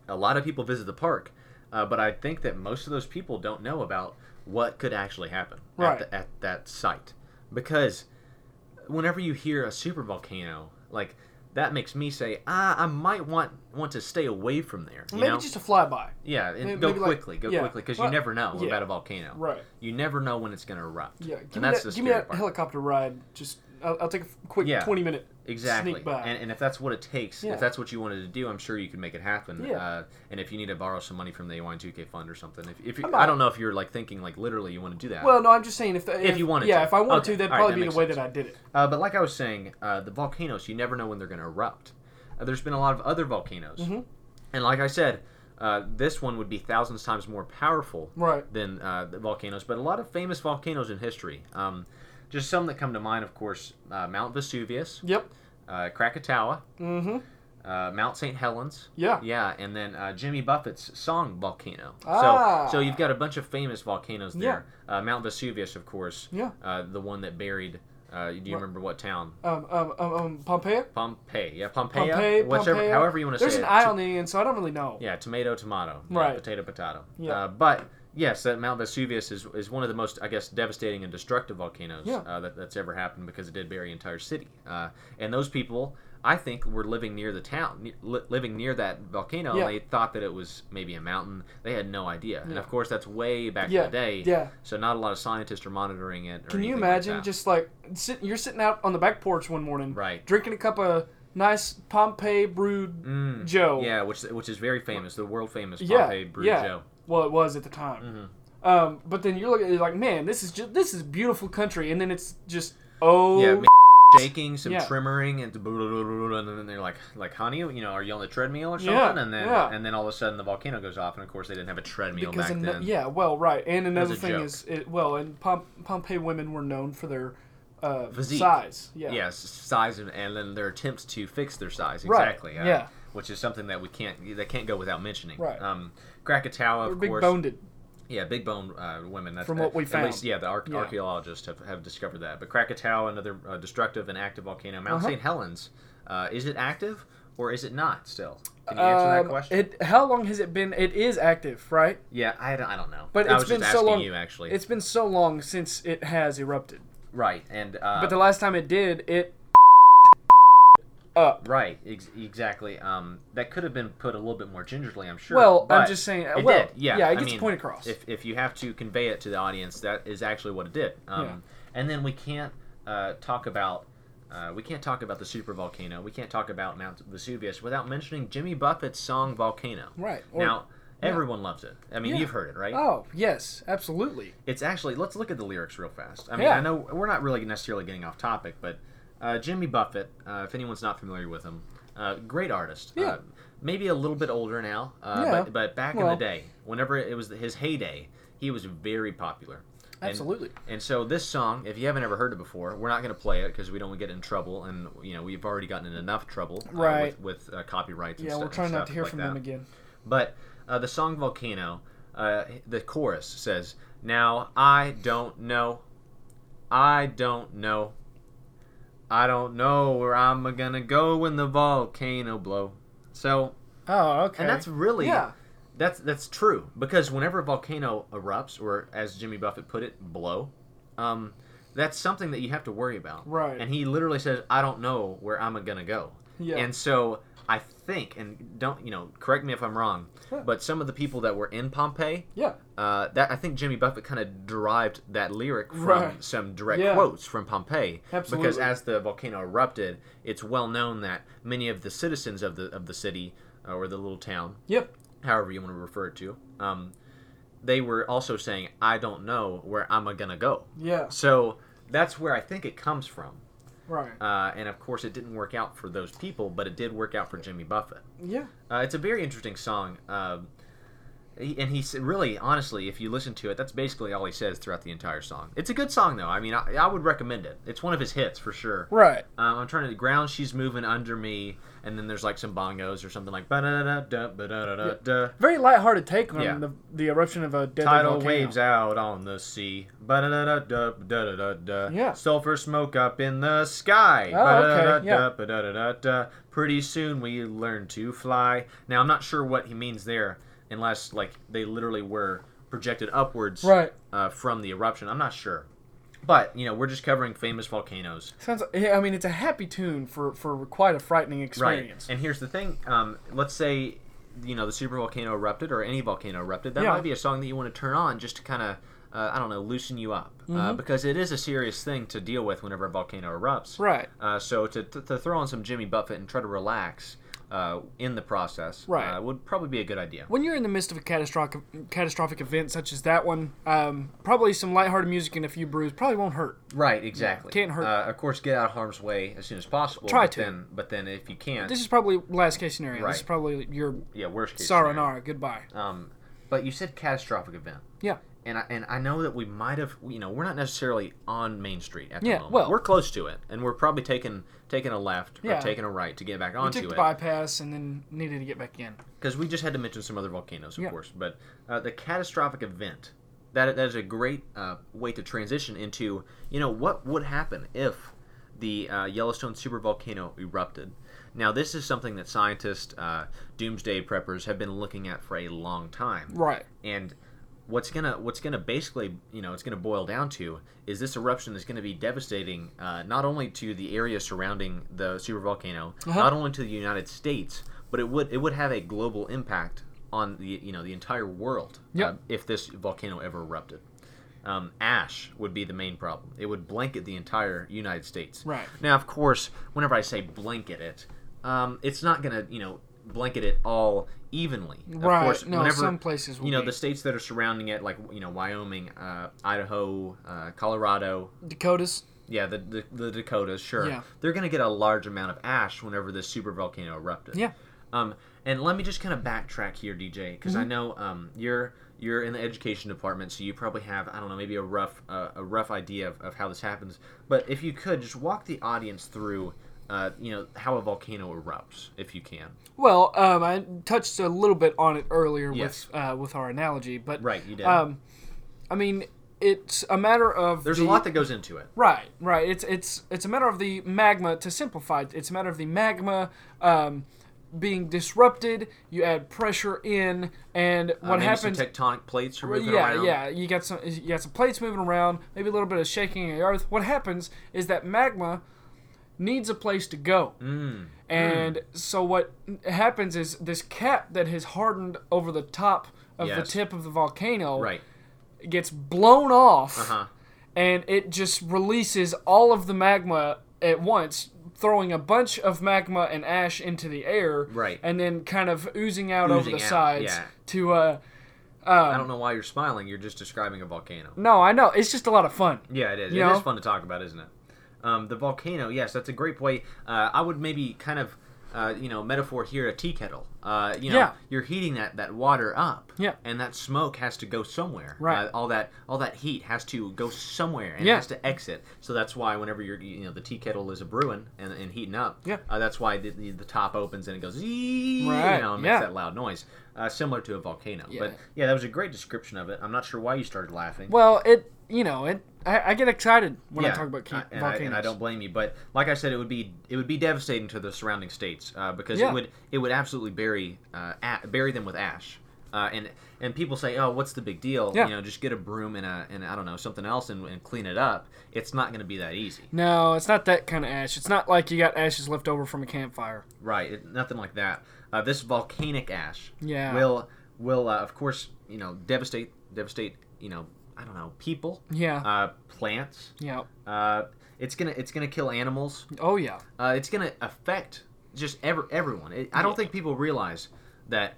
Speaker 2: a lot of people visit the park, uh, but I think that most of those people don't know about what could actually happen
Speaker 3: Right.
Speaker 2: at, the, at that site because whenever you hear a super volcano, like that makes me say, ah, I might want want to stay away from there. You
Speaker 3: maybe
Speaker 2: know?
Speaker 3: just a flyby.
Speaker 2: yeah, and
Speaker 3: maybe-
Speaker 2: go
Speaker 3: maybe like-
Speaker 2: quickly, go
Speaker 3: yeah.
Speaker 2: quickly, because
Speaker 3: Well,
Speaker 2: you never know
Speaker 3: yeah.
Speaker 2: about a volcano.
Speaker 3: Right.
Speaker 2: You never know when it's going to erupt.
Speaker 3: Yeah. Give
Speaker 2: and
Speaker 3: me
Speaker 2: that's
Speaker 3: that,
Speaker 2: the
Speaker 3: give me
Speaker 2: scary
Speaker 3: that
Speaker 2: part.
Speaker 3: helicopter ride. Just I'll, I'll take a f- quick
Speaker 2: Yeah.
Speaker 3: twenty minute
Speaker 2: Exactly.
Speaker 3: sneak by.
Speaker 2: And, and if that's what it takes,
Speaker 3: Yeah.
Speaker 2: if that's what you wanted to do, I'm sure you could make it happen.
Speaker 3: Yeah.
Speaker 2: Uh, and if you need to borrow some money from the AY2K fund or something, if, if you,
Speaker 3: I might.
Speaker 2: I don't know if you're like thinking like literally you want to do that.
Speaker 3: well, no, I'm just saying if the,
Speaker 2: uh, If you wanted
Speaker 3: yeah,
Speaker 2: to.
Speaker 3: if I wanted
Speaker 2: Okay.
Speaker 3: to, that'd
Speaker 2: All right,
Speaker 3: probably
Speaker 2: that
Speaker 3: be the
Speaker 2: makes
Speaker 3: way
Speaker 2: sense.
Speaker 3: that I did it.
Speaker 2: uh, but like I was saying, uh, the volcanoes, you never know when they're going to erupt. Uh, there's been a lot of other volcanoes.
Speaker 3: Mm-hmm.
Speaker 2: And like I said, uh, this one would be thousands times more powerful
Speaker 3: Right.
Speaker 2: than uh, the volcanoes, but a lot of famous volcanoes in history. Um, just some that come to mind, of course, uh, Mount Vesuvius,
Speaker 3: Yep.
Speaker 2: uh, Krakatoa,
Speaker 3: Mm-hmm.
Speaker 2: uh, Mount St. Helens.
Speaker 3: Yeah.
Speaker 2: Yeah, and then uh, Jimmy Buffett's song Volcano.
Speaker 3: Ah.
Speaker 2: So, so you've got a bunch of famous volcanoes
Speaker 3: Yeah.
Speaker 2: there. Uh, Mount Vesuvius, of course.
Speaker 3: Yeah.
Speaker 2: Uh, the one that buried. Uh, do you remember what town?
Speaker 3: Um, um, um, um, Pompeii.
Speaker 2: Pompeii. Yeah, Pompeii.
Speaker 3: Pompeii.
Speaker 2: whichever,
Speaker 3: Pompeii.
Speaker 2: however you want to
Speaker 3: There's
Speaker 2: say
Speaker 3: an
Speaker 2: it.
Speaker 3: eye
Speaker 2: To-
Speaker 3: on the end, so I don't really know.
Speaker 2: yeah, tomato, tomato. Yeah,
Speaker 3: Right.
Speaker 2: potato, potato.
Speaker 3: Yeah.
Speaker 2: Uh, but yes, that Mount Vesuvius is, is one of the most, I guess, devastating and destructive volcanoes
Speaker 3: Yeah.
Speaker 2: uh, that, that's ever happened because it did bury an entire city. Uh, and those people, I think, were living near the town, ne- li- living near that volcano,
Speaker 3: Yeah.
Speaker 2: and they thought that it was maybe a mountain. They had no idea. And of course, that's way back
Speaker 3: Yeah,
Speaker 2: in the day.
Speaker 3: yeah.
Speaker 2: So not a lot of scientists are monitoring it. Or
Speaker 3: Can you
Speaker 2: anything like
Speaker 3: imagine
Speaker 2: that.
Speaker 3: just like sit, you're sitting out on the back porch one morning,
Speaker 2: Right.
Speaker 3: drinking a cup of nice Pompeii brewed Joe.
Speaker 2: Yeah, which which is very famous, the world famous
Speaker 3: yeah,
Speaker 2: Mm. Pompeii Brew
Speaker 3: yeah.
Speaker 2: Joe. Mm-hmm.
Speaker 3: Well, it was at the time. Um, but then you're looking at it like, man, this is just this is beautiful country, and then it's just oh
Speaker 2: Yeah, ma- shaking, some
Speaker 3: Yeah.
Speaker 2: trimmering, and, and then they're like, like, honey, you know, are you on the treadmill or something?
Speaker 3: Yeah,
Speaker 2: and then,
Speaker 3: yeah.
Speaker 2: and then all of a sudden the volcano goes off, and of course they didn't have a treadmill
Speaker 3: because
Speaker 2: back
Speaker 3: ano-
Speaker 2: then.
Speaker 3: yeah, well, right. And another
Speaker 2: a
Speaker 3: thing
Speaker 2: joke.
Speaker 3: is, it, well, and Pom- Pompeii women were known for their uh,
Speaker 2: Physique.
Speaker 3: size. Yeah.
Speaker 2: Yes, size and, and then their attempts to fix their size.
Speaker 3: Right,
Speaker 2: Exactly. uh,
Speaker 3: yeah.
Speaker 2: Which is something that we can't that can't go without mentioning.
Speaker 3: Right.
Speaker 2: Um, Krakatoa,
Speaker 3: They're
Speaker 2: of
Speaker 3: big
Speaker 2: course.
Speaker 3: boned.
Speaker 2: Yeah, big bone uh, women. That's,
Speaker 3: From what we
Speaker 2: at
Speaker 3: found.
Speaker 2: least, yeah, the arch-
Speaker 3: Yeah.
Speaker 2: archaeologists have, have discovered that. But Krakatoa, another uh, destructive and active volcano. Mount
Speaker 3: Uh-huh.
Speaker 2: St. Helens, uh, is it active or is it not still? Can you answer that
Speaker 3: Um,
Speaker 2: question?
Speaker 3: it, how long has it been? It is active, right?
Speaker 2: yeah, I, don't- I don't know.
Speaker 3: But
Speaker 2: I
Speaker 3: it's
Speaker 2: was
Speaker 3: been
Speaker 2: just
Speaker 3: so
Speaker 2: asking
Speaker 3: long.
Speaker 2: you, actually.
Speaker 3: It's been so long since it has erupted.
Speaker 2: right, and uh,
Speaker 3: But the last time it did, it up.
Speaker 2: right, ex- exactly. Um, that could have been put a little bit more gingerly, I'm sure.
Speaker 3: Well, I'm
Speaker 2: but
Speaker 3: just saying-
Speaker 2: It
Speaker 3: well,
Speaker 2: did. Yeah,
Speaker 3: yeah, it
Speaker 2: I
Speaker 3: gets the
Speaker 2: mean,
Speaker 3: point across.
Speaker 2: If if you have to convey it to the audience, that is actually what it did. Um,
Speaker 3: Yeah.
Speaker 2: And then we can't uh, talk about. Uh, we can't talk about the super volcano. We can't talk about Mount Vesuvius without mentioning Jimmy Buffett's song "Volcano."
Speaker 3: Right, or-
Speaker 2: now, everyone loves it. I mean,
Speaker 3: Yeah.
Speaker 2: you've heard it, right?
Speaker 3: Oh yes, absolutely.
Speaker 2: it's actually let's look at the lyrics real fast. I mean,
Speaker 3: Yeah.
Speaker 2: I know we're not really necessarily getting off topic, but uh, Jimmy Buffett, uh, if anyone's not familiar with him, uh, great artist.
Speaker 3: Yeah.
Speaker 2: Uh, maybe a little bit older now, uh,
Speaker 3: Yeah.
Speaker 2: but, but back
Speaker 3: Well-
Speaker 2: in the day, whenever it was his heyday, he was very popular. And-
Speaker 3: Absolutely.
Speaker 2: and so this song, if you haven't ever heard it before, we're not going to play it because we don't want to get in trouble, and you know we've already gotten in enough trouble uh,
Speaker 3: Right.
Speaker 2: with, with uh, copyrights. and
Speaker 3: Yeah,
Speaker 2: stu-
Speaker 3: we're
Speaker 2: and
Speaker 3: trying not
Speaker 2: stuff
Speaker 3: to hear
Speaker 2: like
Speaker 3: from
Speaker 2: that.
Speaker 3: them again.
Speaker 2: But uh, the song Volcano, uh, the chorus says, Now I don't know. I don't know. I don't know where I'm gonna go when the volcano blow. So,
Speaker 3: Oh, okay.
Speaker 2: and that's really
Speaker 3: yeah.
Speaker 2: that's that's true because whenever a volcano erupts, or as Jimmy Buffett put it, blow, um, that's something that you have to worry about.
Speaker 3: Right.
Speaker 2: And he literally says, "I don't know where I'm gonna go."
Speaker 3: Yeah.
Speaker 2: And so I think, and don't you know, correct me if I'm wrong,
Speaker 3: Huh.
Speaker 2: but some of the people that were in Pompeii,
Speaker 3: Yeah.
Speaker 2: uh, that I think Jimmy Buffett kind of derived that lyric from
Speaker 3: Right.
Speaker 2: some direct
Speaker 3: Yeah.
Speaker 2: quotes from Pompeii. Because
Speaker 3: Absolutely.
Speaker 2: as the volcano erupted, it's well known that many of the citizens of the of the city uh, or the little town
Speaker 3: Yep.
Speaker 2: however you want to refer it to, um, they were also saying, I don't know where I'm going to go.
Speaker 3: Yeah.
Speaker 2: So that's where I think it comes from.
Speaker 3: Right.
Speaker 2: Uh, and of course, it didn't work out for those people, but it did work out for Jimmy Buffett.
Speaker 3: Yeah.
Speaker 2: Uh, it's a very interesting song. Um he- and he s- really, honestly, if you listen to it, that's basically all he says throughout the entire song. It's a good song, though. I mean, I, I would recommend it. It's one of his hits for sure.
Speaker 3: Right.
Speaker 2: Um, I'm trying to ground. She's moving under me, and then there's like some bongos or something like. ba-da-da-da, ba-da-da-da.
Speaker 3: Very lighthearted take on
Speaker 2: Yeah.
Speaker 3: the, the eruption of a deadly
Speaker 2: Tidal
Speaker 3: volcano.
Speaker 2: waves out on the sea. Ba-da-da-da-da, da-da-da-da.
Speaker 3: Yeah.
Speaker 2: Sulfur smoke up in the sky.
Speaker 3: Oh, okay,
Speaker 2: Ba-da-da-da,
Speaker 3: yeah.
Speaker 2: ba-da-da-da-da. Pretty soon we learn to fly. Now I'm not sure what he means there, unless like they literally were projected upwards
Speaker 3: Right.
Speaker 2: uh, from the eruption. I'm not sure, but you know we're just covering famous volcanoes.
Speaker 3: Sounds. Yeah, I mean, it's a happy tune for for quite a frightening experience.
Speaker 2: Right. And here's the thing. Um, let's say, you know, the super volcano erupted or any volcano erupted. That
Speaker 3: Yeah.
Speaker 2: might be a song that you want to turn on just to kind of, uh, I don't know, loosen you up. Uh,
Speaker 3: Mm-hmm.
Speaker 2: because it is a serious thing to deal with whenever a volcano erupts.
Speaker 3: Right.
Speaker 2: Uh, so to, to, to throw on some Jimmy Buffett and try to relax uh, in the process
Speaker 3: Right.
Speaker 2: uh, would probably be a good idea.
Speaker 3: When you're in the midst of a catastrophic catastrophic event such as that one, um, probably some lighthearted music and a few brews probably won't hurt.
Speaker 2: Right, exactly.
Speaker 3: Can't hurt.
Speaker 2: Uh, of course, get out of harm's way as soon as possible.
Speaker 3: Try
Speaker 2: but
Speaker 3: to.
Speaker 2: Then, but then if you can't,
Speaker 3: This is probably last case scenario. This is
Speaker 2: Right.
Speaker 3: probably your
Speaker 2: yeah, worst case. scenario.
Speaker 3: sayonara, goodbye.
Speaker 2: Um, but you said catastrophic event.
Speaker 3: Yeah.
Speaker 2: and I, and I know that we might have you know we're not necessarily on Main Street at the
Speaker 3: Yeah,
Speaker 2: moment.
Speaker 3: well-
Speaker 2: we're close to it, and we're probably taking taking a left
Speaker 3: Yeah.
Speaker 2: or taking a right to get back
Speaker 3: We
Speaker 2: onto
Speaker 3: took the
Speaker 2: it
Speaker 3: bypass and then needed to get back in.
Speaker 2: because we just had to mention some other volcanoes, of
Speaker 3: Yeah.
Speaker 2: course. But uh, the catastrophic event that that is a great uh, way to transition into you know what would happen if the uh, Yellowstone supervolcano erupted. Now this is something that scientists, uh, doomsday preppers, have been looking at for a long time
Speaker 3: Right.
Speaker 2: and what's gonna what's gonna basically you know it's gonna boil down to is this eruption is gonna be devastating uh, not only to the area surrounding the supervolcano
Speaker 3: Uh-huh.
Speaker 2: not only to the United States but it would it would have a global impact on the you know the entire world uh,
Speaker 3: Yep.
Speaker 2: if this volcano ever erupted um, ash would be the main problem it would blanket the entire United States
Speaker 3: Right.
Speaker 2: now of course whenever I say blanket it um, it's not gonna you know blanket it all evenly. Of
Speaker 3: Right,
Speaker 2: course,
Speaker 3: no,
Speaker 2: whenever,
Speaker 3: some places will
Speaker 2: you know
Speaker 3: be.
Speaker 2: the states that are surrounding it, like you know Wyoming, uh, Idaho, uh, Colorado.
Speaker 3: Dakotas.
Speaker 2: Yeah, the, the the Dakotas, sure.
Speaker 3: Yeah.
Speaker 2: They're going to get a large amount of ash whenever this super volcano erupted.
Speaker 3: Yeah.
Speaker 2: Um, and let me just kind of backtrack here, DJ, because
Speaker 3: Mm-hmm.
Speaker 2: I know um, you're you're in the education department, so you probably have I don't know maybe a rough uh, a rough idea of, of how this happens. But if you could just walk the audience through, uh, you know how a volcano erupts, if you can.
Speaker 3: Well, um, I touched a little bit on it earlier
Speaker 2: Yes.
Speaker 3: with uh, with our analogy, but
Speaker 2: Right, you did.
Speaker 3: Um, I mean, it's a matter of
Speaker 2: There's
Speaker 3: the-
Speaker 2: a lot that goes into it.
Speaker 3: Right, right. It's it's it's a matter of the magma. To simplify, it, it's a matter of the magma um, being disrupted. You add pressure in, and
Speaker 2: Uh,
Speaker 3: what
Speaker 2: maybe
Speaker 3: happens?
Speaker 2: Some tectonic plates are moving
Speaker 3: yeah,
Speaker 2: around.
Speaker 3: yeah. You got some you got some plates moving around, maybe a little bit of shaking of the earth. What happens is that magma needs a place to go.
Speaker 2: Mm.
Speaker 3: And so what happens is this cap that has hardened over the top of the
Speaker 2: Yes.
Speaker 3: tip of the volcano
Speaker 2: Right.
Speaker 3: gets blown off
Speaker 2: Uh huh.
Speaker 3: and it just releases all of the magma at once, throwing a bunch of magma and ash into the air,
Speaker 2: Right.
Speaker 3: And then kind of oozing out over
Speaker 2: Oozing
Speaker 3: the
Speaker 2: out,
Speaker 3: sides
Speaker 2: yeah.
Speaker 3: to. Uh,
Speaker 2: I don't know why you're smiling. You're just describing a volcano.
Speaker 3: no, I know it's just a lot of fun.
Speaker 2: Yeah, it is.
Speaker 3: You
Speaker 2: It
Speaker 3: know?
Speaker 2: is fun to talk about, isn't it? Um, the volcano. Yes, that's a great way. Uh, I would maybe kind of, uh, you know, metaphor here a tea kettle. Uh, you know,
Speaker 3: Yeah.
Speaker 2: you're heating that, that water up.
Speaker 3: Yeah.
Speaker 2: And that smoke has to go somewhere.
Speaker 3: Right.
Speaker 2: Uh, all that all that heat has to go somewhere and
Speaker 3: Yeah.
Speaker 2: it has to exit. So that's why whenever you're you know the tea kettle is a brewing and, and heating up.
Speaker 3: Yeah.
Speaker 2: Uh, that's why the, the, the top opens and it goes. Zee,
Speaker 3: Right,
Speaker 2: You know, and
Speaker 3: yeah.
Speaker 2: makes that loud noise. Uh, similar to a volcano.
Speaker 3: Yeah.
Speaker 2: But yeah, that was a great description of it. I'm not sure why you started laughing.
Speaker 3: Well, it you know it. I, I get excited when I
Speaker 2: Yeah,
Speaker 3: talk about ca-
Speaker 2: I- and I,
Speaker 3: volcanoes.
Speaker 2: and I don't blame you, but like I said, it would be it would be devastating to the surrounding states uh, because
Speaker 3: Yeah.
Speaker 2: it would it would absolutely bury uh, a- bury them with ash. Uh, and and people say, oh, what's the big deal?
Speaker 3: Yeah.
Speaker 2: You know, just get a broom and a and I don't know something else and, and clean it up. It's not going to be that easy,
Speaker 3: No, it's not that kind of ash. It's not like you got ashes left over from a campfire.
Speaker 2: right? It, nothing like that. Uh, this volcanic ash
Speaker 3: Yeah.
Speaker 2: will will uh, of course you know devastate devastate you know I don't know people
Speaker 3: Yeah.
Speaker 2: uh, plants.
Speaker 3: yeah.
Speaker 2: Uh, it's gonna it's gonna kill animals.
Speaker 3: Oh yeah.
Speaker 2: uh, it's going to affect just ever everyone. It, I don't think people realize that.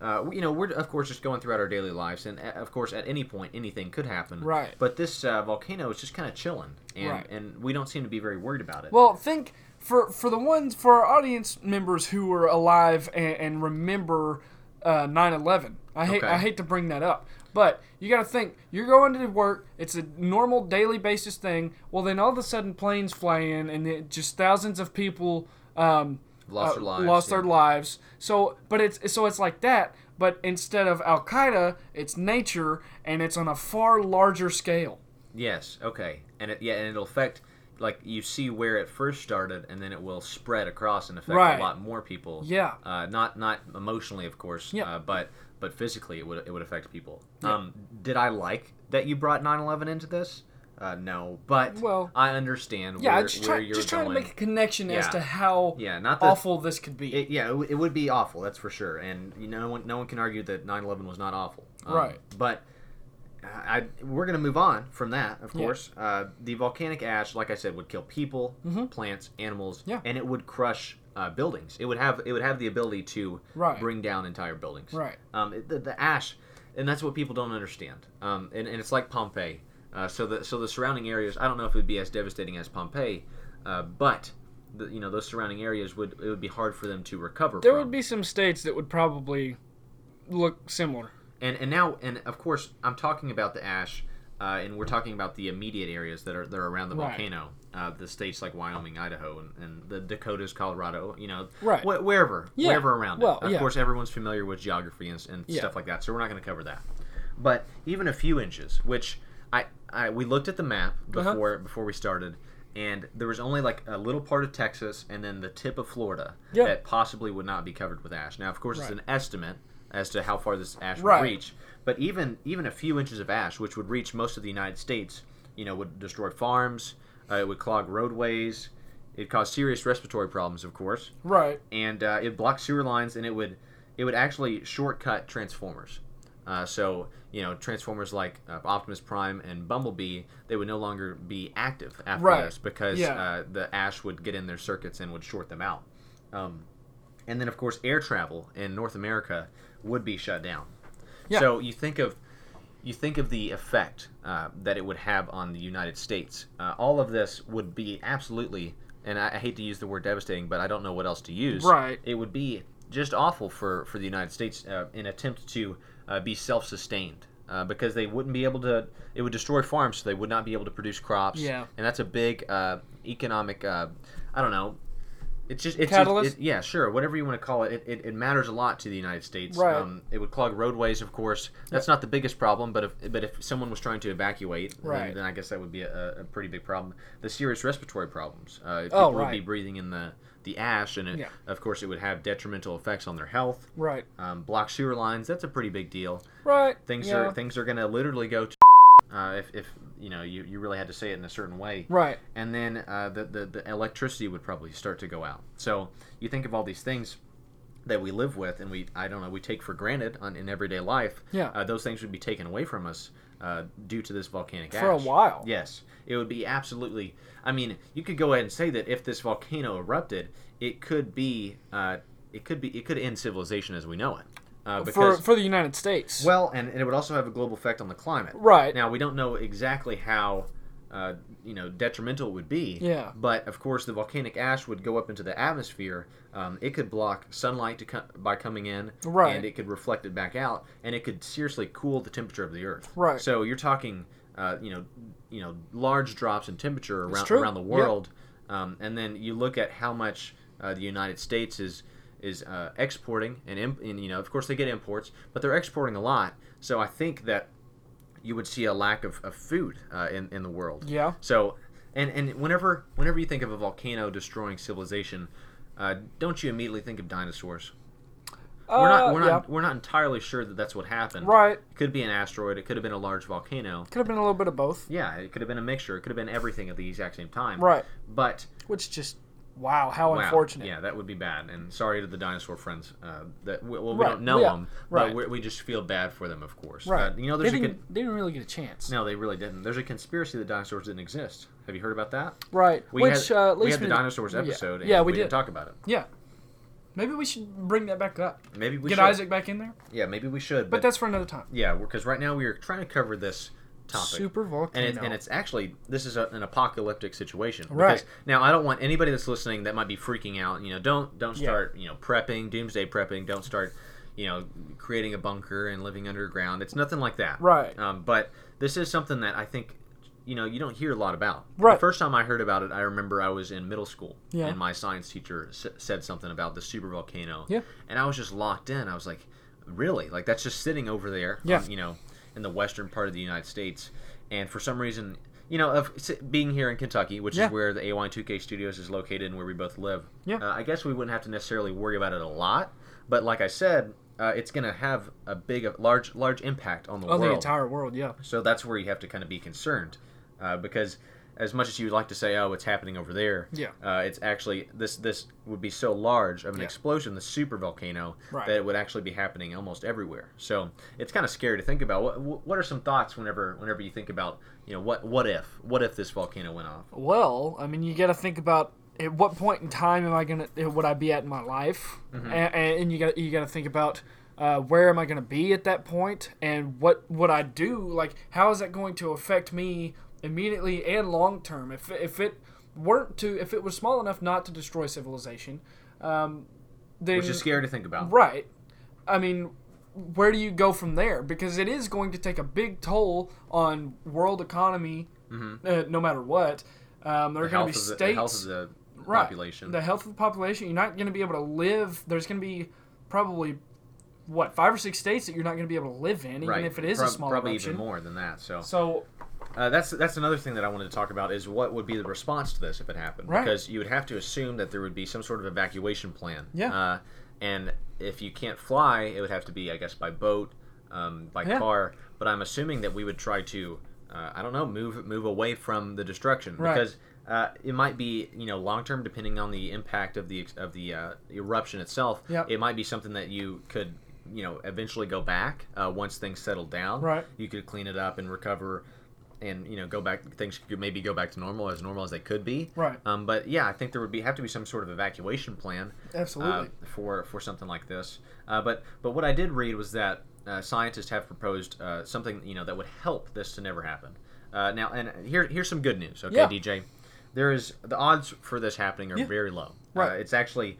Speaker 2: Uh, we- you know, we're of course just going throughout our daily lives, and uh, of course at any point anything could happen.
Speaker 3: Right.
Speaker 2: But this uh, volcano is just kind of chilling, and
Speaker 3: Right.
Speaker 2: and we don't seem to be very worried about it.
Speaker 3: Well, think for for the ones for our audience members who were alive and, and remember uh, 9/11. I hate
Speaker 2: Okay.
Speaker 3: I hate to bring that up, but you got to think you're going to work. It's a normal daily basis thing. Well, then all of a sudden planes fly in and it, just thousands of people um,
Speaker 2: Lost
Speaker 3: uh,
Speaker 2: their lives,
Speaker 3: Lost
Speaker 2: yeah.
Speaker 3: their lives. So, but it's so it's like that. But instead of Al Qaeda, it's nature, and it's on a far larger scale.
Speaker 2: yes, okay, and it, yeah, and it'll affect like you see where it first started, and then it will spread across and affect
Speaker 3: Right.
Speaker 2: a lot more people.
Speaker 3: Yeah.
Speaker 2: Uh, not not emotionally, of course.
Speaker 3: Yeah.
Speaker 2: Uh, but but physically, it would it would affect people. Um, did I like that you brought 9/11 into this? Uh, no, but
Speaker 3: Well-
Speaker 2: I understand.
Speaker 3: Yeah,
Speaker 2: where,
Speaker 3: I'm just,
Speaker 2: where
Speaker 3: try,
Speaker 2: you're
Speaker 3: just
Speaker 2: going.
Speaker 3: trying to make a connection as
Speaker 2: Yeah.
Speaker 3: to how
Speaker 2: Yeah, not the-
Speaker 3: awful this could be.
Speaker 2: It, yeah, it, w- it would be awful. That's for sure. And you know, no one, no one can argue that 9/11 was not awful. Um,
Speaker 3: Right.
Speaker 2: But I, I- we're gonna move on from that, of
Speaker 3: Yeah.
Speaker 2: course. Uh, the volcanic ash, like I said, would kill people, plants, animals,
Speaker 3: Mm-hmm. Yeah.
Speaker 2: and it would crush uh, buildings. It would have it would have the ability to
Speaker 3: Right.
Speaker 2: bring down entire buildings.
Speaker 3: Right.
Speaker 2: Um, it, the, the ash, and that's what people don't understand. Um, and, and it's like Pompeii. Uh, so the so the surrounding areas, I don't know if it would be as devastating as Pompeii, uh, but the, you know those surrounding areas would it would be hard for them to recover.
Speaker 3: There
Speaker 2: from.
Speaker 3: would be some states that would probably look similar.
Speaker 2: and and now and of course I'm talking about the ash, uh, and we're talking about the immediate areas that are that are around the
Speaker 3: Right.
Speaker 2: volcano, uh, the states like Wyoming, Idaho, and, and the Dakotas, Colorado, you know,
Speaker 3: Right.
Speaker 2: wh- wherever
Speaker 3: Yeah.
Speaker 2: wherever around.
Speaker 3: Well,
Speaker 2: it. Of
Speaker 3: yeah.
Speaker 2: course, everyone's familiar with geography and, and
Speaker 3: Yeah.
Speaker 2: stuff like that, so we're not going to cover that. But even a few inches, which I, I we looked at the map
Speaker 3: Uh-huh.
Speaker 2: before before we started. And there was only like a little part of Texas and then the tip of Florida
Speaker 3: Yeah.
Speaker 2: that possibly would not be covered with ash. Now, of course, it's
Speaker 3: Right.
Speaker 2: an estimate as to how far this ash would
Speaker 3: Right.
Speaker 2: reach. But even even a few inches of ash, which would reach most of the United States, you know, would destroy farms. Uh, it would clog roadways. It caused serious respiratory problems, of course,
Speaker 3: Right.
Speaker 2: and uh, it blocked sewer lines, and it would it would actually shortcut transformers. Uh, so you know, transformers like uh, Optimus Prime and Bumblebee, they would no longer be active after
Speaker 3: Right.
Speaker 2: this because
Speaker 3: Yeah.
Speaker 2: uh, the ash would get in their circuits and would short them out. Um, and then of course air travel in North America would be shut down.
Speaker 3: Yeah.
Speaker 2: So you think of you think of the effect uh, that it would have on the United States. Uh, all of this would be absolutely, and I, I hate to use the word devastating, but I don't know what else to use.
Speaker 3: Right.
Speaker 2: It would be just awful for for the United States uh, in attempt to uh, be self sustained. Uh, because they wouldn't be able to, it would destroy farms, so they would not be able to produce crops.
Speaker 3: Yeah.
Speaker 2: and that's a big uh, economic, uh, I don't know, it's just it's
Speaker 3: Catalyst?
Speaker 2: it- yeah, sure, whatever you want to call it. It, it, it matters a lot to the United States. Um,
Speaker 3: Right.
Speaker 2: it would clog roadways, of course. That's not the biggest problem, but if but if someone was trying to evacuate, then-
Speaker 3: Right.
Speaker 2: then, I guess that would be a, a pretty big problem. The serious respiratory problems. Uh, people
Speaker 3: Oh,
Speaker 2: would be
Speaker 3: right.
Speaker 2: breathing in the the ash, and it,
Speaker 3: Yeah.
Speaker 2: of course, it would have detrimental effects on their health.
Speaker 3: Right.
Speaker 2: Um, block sewer lines. That's a pretty big deal.
Speaker 3: Right.
Speaker 2: Things
Speaker 3: yeah.
Speaker 2: are things are going to literally go to uh, if, if you know you, you really had to say it in a certain way
Speaker 3: Right.
Speaker 2: and then uh, the, the the electricity would probably start to go out. So you think of all these things that we live with, and we I don't know we take for granted on, in everyday life.
Speaker 3: Yeah.
Speaker 2: uh, those things would be taken away from us uh, due to this volcanic
Speaker 3: For a
Speaker 2: ash.
Speaker 3: while.
Speaker 2: Yes, it would be absolutely. I mean, you could go ahead and say that if this volcano erupted, it could be uh, it could be it could end civilization as we know it. Uh,
Speaker 3: For
Speaker 2: because
Speaker 3: for the United States.
Speaker 2: well, and, and it would also have a global effect on the climate.
Speaker 3: Right.
Speaker 2: Now we don't know exactly how, uh, you know, detrimental it would be.
Speaker 3: Yeah.
Speaker 2: But of course, the volcanic ash would go up into the atmosphere. Um, it could block sunlight to co- by coming in.
Speaker 3: Right.
Speaker 2: And it could reflect it back out, and it could seriously cool the temperature of the Earth.
Speaker 3: Right.
Speaker 2: So you're talking, uh, you know, you know, large drops in temperature around
Speaker 3: true.
Speaker 2: uh, around the
Speaker 3: Yep.
Speaker 2: world, um, and then you look at how much uh, the United States is is uh, exporting, and, imp- and you know, of course, they get imports, but they're exporting a lot. So I think that you would see a lack of, of food uh, in in the world.
Speaker 3: Yeah.
Speaker 2: So, and and whenever whenever you think of a volcano destroying civilization, uh, don't you immediately think of dinosaurs? we're
Speaker 3: Uh,
Speaker 2: not we're
Speaker 3: yeah.
Speaker 2: not we're not entirely sure that that's what happened.
Speaker 3: Right.
Speaker 2: It could be an asteroid. It could have been a large volcano.
Speaker 3: Could have been a little bit of both.
Speaker 2: Yeah, it could have been a mixture. It could have been everything at the exact same time.
Speaker 3: Right.
Speaker 2: But
Speaker 3: Which just wow, how
Speaker 2: wow,
Speaker 3: unfortunate.
Speaker 2: Yeah, that would be bad. And sorry to the dinosaur friends. Uh, that well, we
Speaker 3: Right,
Speaker 2: don't know
Speaker 3: yeah,
Speaker 2: them,
Speaker 3: right.
Speaker 2: but we we just feel bad for them, of course.
Speaker 3: Right.
Speaker 2: Uh, you know,
Speaker 3: they
Speaker 2: there's a
Speaker 3: didn't,
Speaker 2: good.
Speaker 3: they didn't really get a chance.
Speaker 2: No, they really didn't. There's a conspiracy that dinosaurs didn't exist. Have you heard about that?
Speaker 3: Right.
Speaker 2: We
Speaker 3: Which
Speaker 2: had,
Speaker 3: uh, at
Speaker 2: we
Speaker 3: least
Speaker 2: had the
Speaker 3: we-
Speaker 2: dinosaurs
Speaker 3: yeah.
Speaker 2: episode.
Speaker 3: Yeah,
Speaker 2: and
Speaker 3: we,
Speaker 2: we
Speaker 3: did.
Speaker 2: didn't talk about it.
Speaker 3: Yeah. Maybe we should bring that back up.
Speaker 2: Maybe we
Speaker 3: get
Speaker 2: should.
Speaker 3: Isaac back in there.
Speaker 2: Yeah, maybe we should.
Speaker 3: But that's for another time.
Speaker 2: yeah, because right now we are trying to cover this topic.
Speaker 3: Super volcano.
Speaker 2: And, it, and it's actually this is a, an apocalyptic situation.
Speaker 3: Right.
Speaker 2: Because- Now I don't want anybody that's listening that might be freaking out. You know, don't don't
Speaker 3: Yeah.
Speaker 2: start you know prepping, doomsday prepping. Don't start you know creating a bunker and living underground. It's nothing like that.
Speaker 3: Right.
Speaker 2: Um, but this is something that I think you know you don't hear a lot about.
Speaker 3: Right.
Speaker 2: The first time I heard about it, I remember I was in middle school.
Speaker 3: Yeah.
Speaker 2: And my science teacher s- said something about the super volcano.
Speaker 3: Yeah.
Speaker 2: And I was just locked in. I was like, really? Like that's just sitting over there.
Speaker 3: Yeah.
Speaker 2: on, you know, in the western part of the United States, and for some reason, you know, of s- being here in Kentucky, which
Speaker 3: Yeah.
Speaker 2: is where the AY2K Studios is located and where we both live.
Speaker 3: Yeah.
Speaker 2: uh, I guess we wouldn't have to necessarily worry about it a lot, but like I said, uh, it's going to have a big, a large, large impact on the
Speaker 3: on
Speaker 2: world.
Speaker 3: the entire world, yeah.
Speaker 2: So that's where you have to kind of be concerned, uh, because as much as you would like to say, "Oh, it's happening over there,"
Speaker 3: Yeah.
Speaker 2: uh, it's actually this this would be so large of an
Speaker 3: Yeah.
Speaker 2: explosion, the super volcano,
Speaker 3: Right.
Speaker 2: that it would actually be happening almost everywhere. So it's kind of scary to think about. What what are some thoughts whenever whenever you think about you know what what if what if this volcano went off?
Speaker 3: Well, I mean, you got to think about at what point in time am I gonna eh, would I be at in my life,
Speaker 2: Mm-hmm.
Speaker 3: A- and, you got you got to think about uh, where am I gonna be at that point, and what would I do? Like, how is that going to affect me immediately and long term? If if it weren't to if it was small enough not to destroy civilization, um, then
Speaker 2: Which is scary to think about.
Speaker 3: Right. I mean, where do you go from there? Because it is going to take a big toll on world economy, uh, no matter what. Um, there
Speaker 2: Mm-hmm. The
Speaker 3: are going to
Speaker 2: health,
Speaker 3: be
Speaker 2: of the,
Speaker 3: states,
Speaker 2: the health of the
Speaker 3: right,
Speaker 2: population.
Speaker 3: the health of the population. You're not going to be able to live. There's going to be probably what five or six states that you're not going to be able to live in, even
Speaker 2: Right.
Speaker 3: if it is a
Speaker 2: Prob-
Speaker 3: small
Speaker 2: probably
Speaker 3: eruption.
Speaker 2: even more than that. So
Speaker 3: So
Speaker 2: Uh, that's that's another thing that I wanted to talk about is what would be the response to this if it happened?
Speaker 3: Right.
Speaker 2: Because you would have to assume that there would be some sort of evacuation plan.
Speaker 3: Yeah.
Speaker 2: Uh, and if you can't fly, it would have to be, I guess, by boat, um, by
Speaker 3: Yeah.
Speaker 2: car. But I'm assuming that we would try to, uh, I don't know, move move away from the destruction
Speaker 3: Right.
Speaker 2: because uh, it might be, you know, long term, depending on the impact of the ex- of the uh, eruption itself.
Speaker 3: Yep.
Speaker 2: It might be something that you could. You know, eventually go back uh, once things settle down.
Speaker 3: Right.
Speaker 2: You could clean it up and recover and you know go back things could maybe go back to normal as normal as they could be
Speaker 3: Right.
Speaker 2: um, but yeah i think there would be have to be some sort of evacuation plan
Speaker 3: Absolutely.
Speaker 2: uh, for for something like this uh, but but what i did read was that uh, scientists have proposed uh, something you know that would help this to never happen uh, now and here here's some good news okay
Speaker 3: Yeah.
Speaker 2: dj there is the odds for this happening are
Speaker 3: Yeah.
Speaker 2: very low uh,
Speaker 3: Right.
Speaker 2: it's actually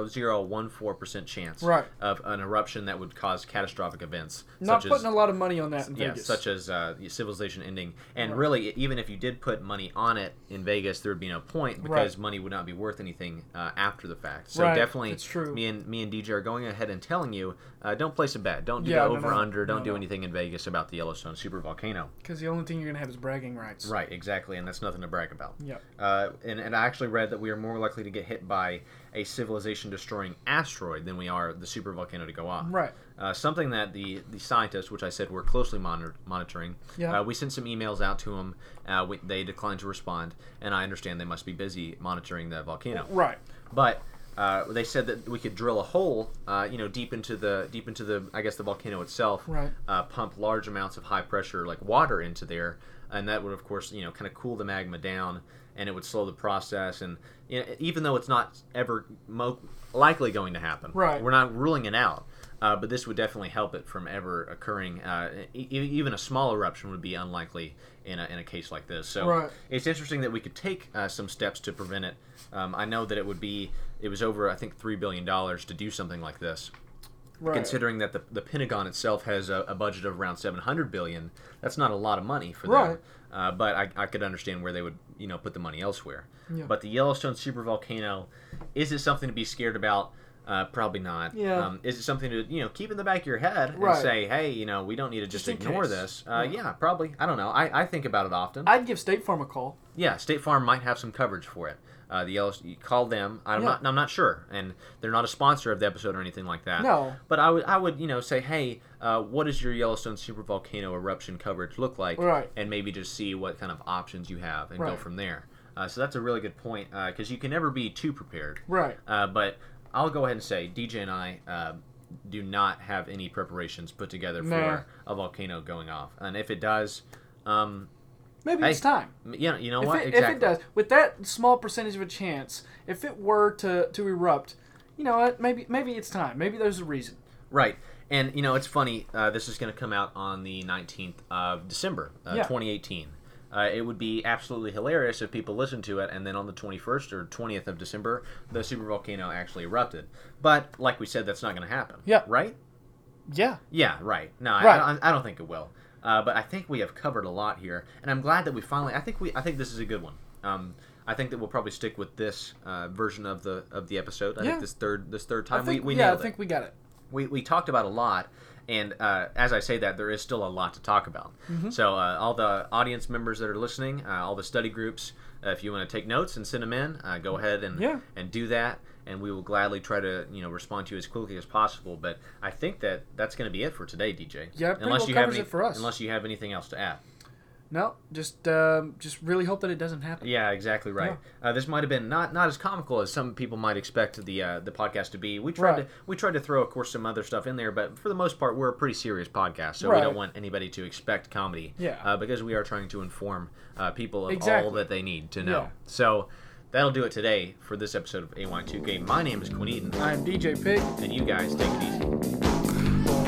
Speaker 2: 0.00014% chance
Speaker 3: Right.
Speaker 2: of an eruption that would cause catastrophic events
Speaker 3: Not
Speaker 2: such
Speaker 3: putting
Speaker 2: as
Speaker 3: a lot of money on that in
Speaker 2: yeah,
Speaker 3: Vegas.
Speaker 2: such as uh, civilization ending. And really, e, even if you did put money on it in Vegas, there would be no point because
Speaker 3: Right.
Speaker 2: money would not be worth anything uh, after the fact. So
Speaker 3: Right,
Speaker 2: definitely,
Speaker 3: that's true.
Speaker 2: Me and me and DJ are going ahead and telling you, uh, don't place a bet, don't do
Speaker 3: Yeah,
Speaker 2: the
Speaker 3: no,
Speaker 2: over
Speaker 3: no,
Speaker 2: under, don't
Speaker 3: no,
Speaker 2: do
Speaker 3: no.
Speaker 2: anything in Vegas about the Yellowstone super volcano.
Speaker 3: Because the only thing you're gonna have is bragging rights.
Speaker 2: Right, exactly, and that's nothing to brag about.
Speaker 3: Yep.
Speaker 2: Uh, and, and I actually read that we are more likely to get hit by a civilization destroying asteroid than we are the super volcano to go off.
Speaker 3: Right.
Speaker 2: Uh, something that the, the scientists, which I said were closely monitor- monitoring,
Speaker 3: Yeah.
Speaker 2: uh, we sent some emails out to them. Uh, we, they declined to respond, and I understand they must be busy monitoring the volcano.
Speaker 3: Right.
Speaker 2: But uh, they said that we could drill a hole, uh, you know, deep into the deep into the I guess the volcano itself.
Speaker 3: Right.
Speaker 2: Uh, pump large amounts of high pressure like water into there, and that would of course you know kind of cool the magma down, and it would slow the process. And you know, even though it's not ever mo- likely going to happen,
Speaker 3: Right.
Speaker 2: We're not ruling it out. Uh, but this would definitely help it from ever occurring. Uh, e- e- even a small eruption would be unlikely in a, in a case like this. So
Speaker 3: Right.
Speaker 2: it's interesting that we could take uh, some steps to prevent it. Um, I know that it would be it was over I think three billion dollars to do something like this.
Speaker 3: Right.
Speaker 2: Considering that the, the Pentagon itself has a, a budget of around seven hundred billion, that's not a lot of money for them.
Speaker 3: Right.
Speaker 2: Uh, but I, I could understand where they would you know put the money elsewhere.
Speaker 3: Yeah.
Speaker 2: But the Yellowstone supervolcano, is it something to be scared about? Uh, probably not.
Speaker 3: Yeah.
Speaker 2: Um, is it something to you know keep in the back of your head
Speaker 3: Right.
Speaker 2: and say, hey, you know, we don't need to just,
Speaker 3: Just in
Speaker 2: ignore
Speaker 3: case.
Speaker 2: this? Uh,
Speaker 3: Yeah.
Speaker 2: yeah. probably. I don't know. I, I think about it often.
Speaker 3: I'd give State Farm a call.
Speaker 2: Yeah, State Farm might have some coverage for it. Uh, the Yellow, you call them. I'm
Speaker 3: Yeah.
Speaker 2: not. I'm not sure, and they're not a sponsor of the episode or anything like that.
Speaker 3: No.
Speaker 2: But I would. I would. You know, say, hey, uh, what does your Yellowstone supervolcano eruption coverage look like?
Speaker 3: Right.
Speaker 2: And maybe just see what kind of options you have and go
Speaker 3: Right.
Speaker 2: from there. Uh, so that's a really good point because you can never be too prepared.
Speaker 3: Right.
Speaker 2: Uh, but I'll go ahead and say DJ and I uh, do not have any preparations put together
Speaker 3: Nah.
Speaker 2: for a volcano going off, and if it does, um,
Speaker 3: Maybe
Speaker 2: Hey,
Speaker 3: it's time.
Speaker 2: yeah, you know
Speaker 3: If
Speaker 2: what?
Speaker 3: it,
Speaker 2: exactly.
Speaker 3: if it does, with that small percentage of a chance, if it were to, to erupt, you know what? Maybe maybe it's time. Maybe there's a reason.
Speaker 2: Right. And, you know, it's funny. Uh, this is going to come out on the 19th of December, uh,
Speaker 3: Yeah.
Speaker 2: 2018. Uh, it would be absolutely hilarious if people listened to it, and then on the 21st or 20th of December, the supervolcano actually erupted. But, like we said, that's not going to happen.
Speaker 3: Yeah.
Speaker 2: Right?
Speaker 3: Yeah.
Speaker 2: Yeah, right. No, I-
Speaker 3: Right.
Speaker 2: I, I, don't think it will. Uh, but I think we have covered a lot here, and I'm glad that we finally. I think we. I think this is a good one. Um, I think that we'll probably stick with this uh, version of the of the episode. I
Speaker 3: Yeah.
Speaker 2: think this third this third
Speaker 3: I
Speaker 2: time
Speaker 3: think,
Speaker 2: we, we
Speaker 3: yeah, I
Speaker 2: nailed it
Speaker 3: think we got it.
Speaker 2: we, we talked about a lot and uh, as i say that there is still a lot to talk about
Speaker 3: Mm-hmm.
Speaker 2: so uh, all the audience members that are listening uh, all the study groups uh, if you want to take notes and send them in uh, go ahead and
Speaker 3: Yeah.
Speaker 2: and do that and we will gladly try to you know respond to you as quickly as possible but i think that that's going to be it for today dj
Speaker 3: Yeah, it pretty well
Speaker 2: have
Speaker 3: covers it for us.
Speaker 2: unless you have anything else to add
Speaker 3: No, just um, just really hope that it doesn't happen.
Speaker 2: yeah, exactly right. Uh, this might have been not not as comical as some people might expect the uh, the podcast to be. We tried
Speaker 3: Right.
Speaker 2: to we tried to throw, of course, some other stuff in there, but for the most part, we're a pretty serious podcast, so we
Speaker 3: Right.
Speaker 2: don't want anybody to expect comedy.
Speaker 3: Yeah.
Speaker 2: uh, because we are trying to inform uh, people of all
Speaker 3: Exactly.
Speaker 2: that they need to know.
Speaker 3: Yeah.
Speaker 2: So that'll do it today for this episode of AY2K. My name is Quinn Eaton,
Speaker 3: I'm DJ Pig.
Speaker 2: and you guys take it easy.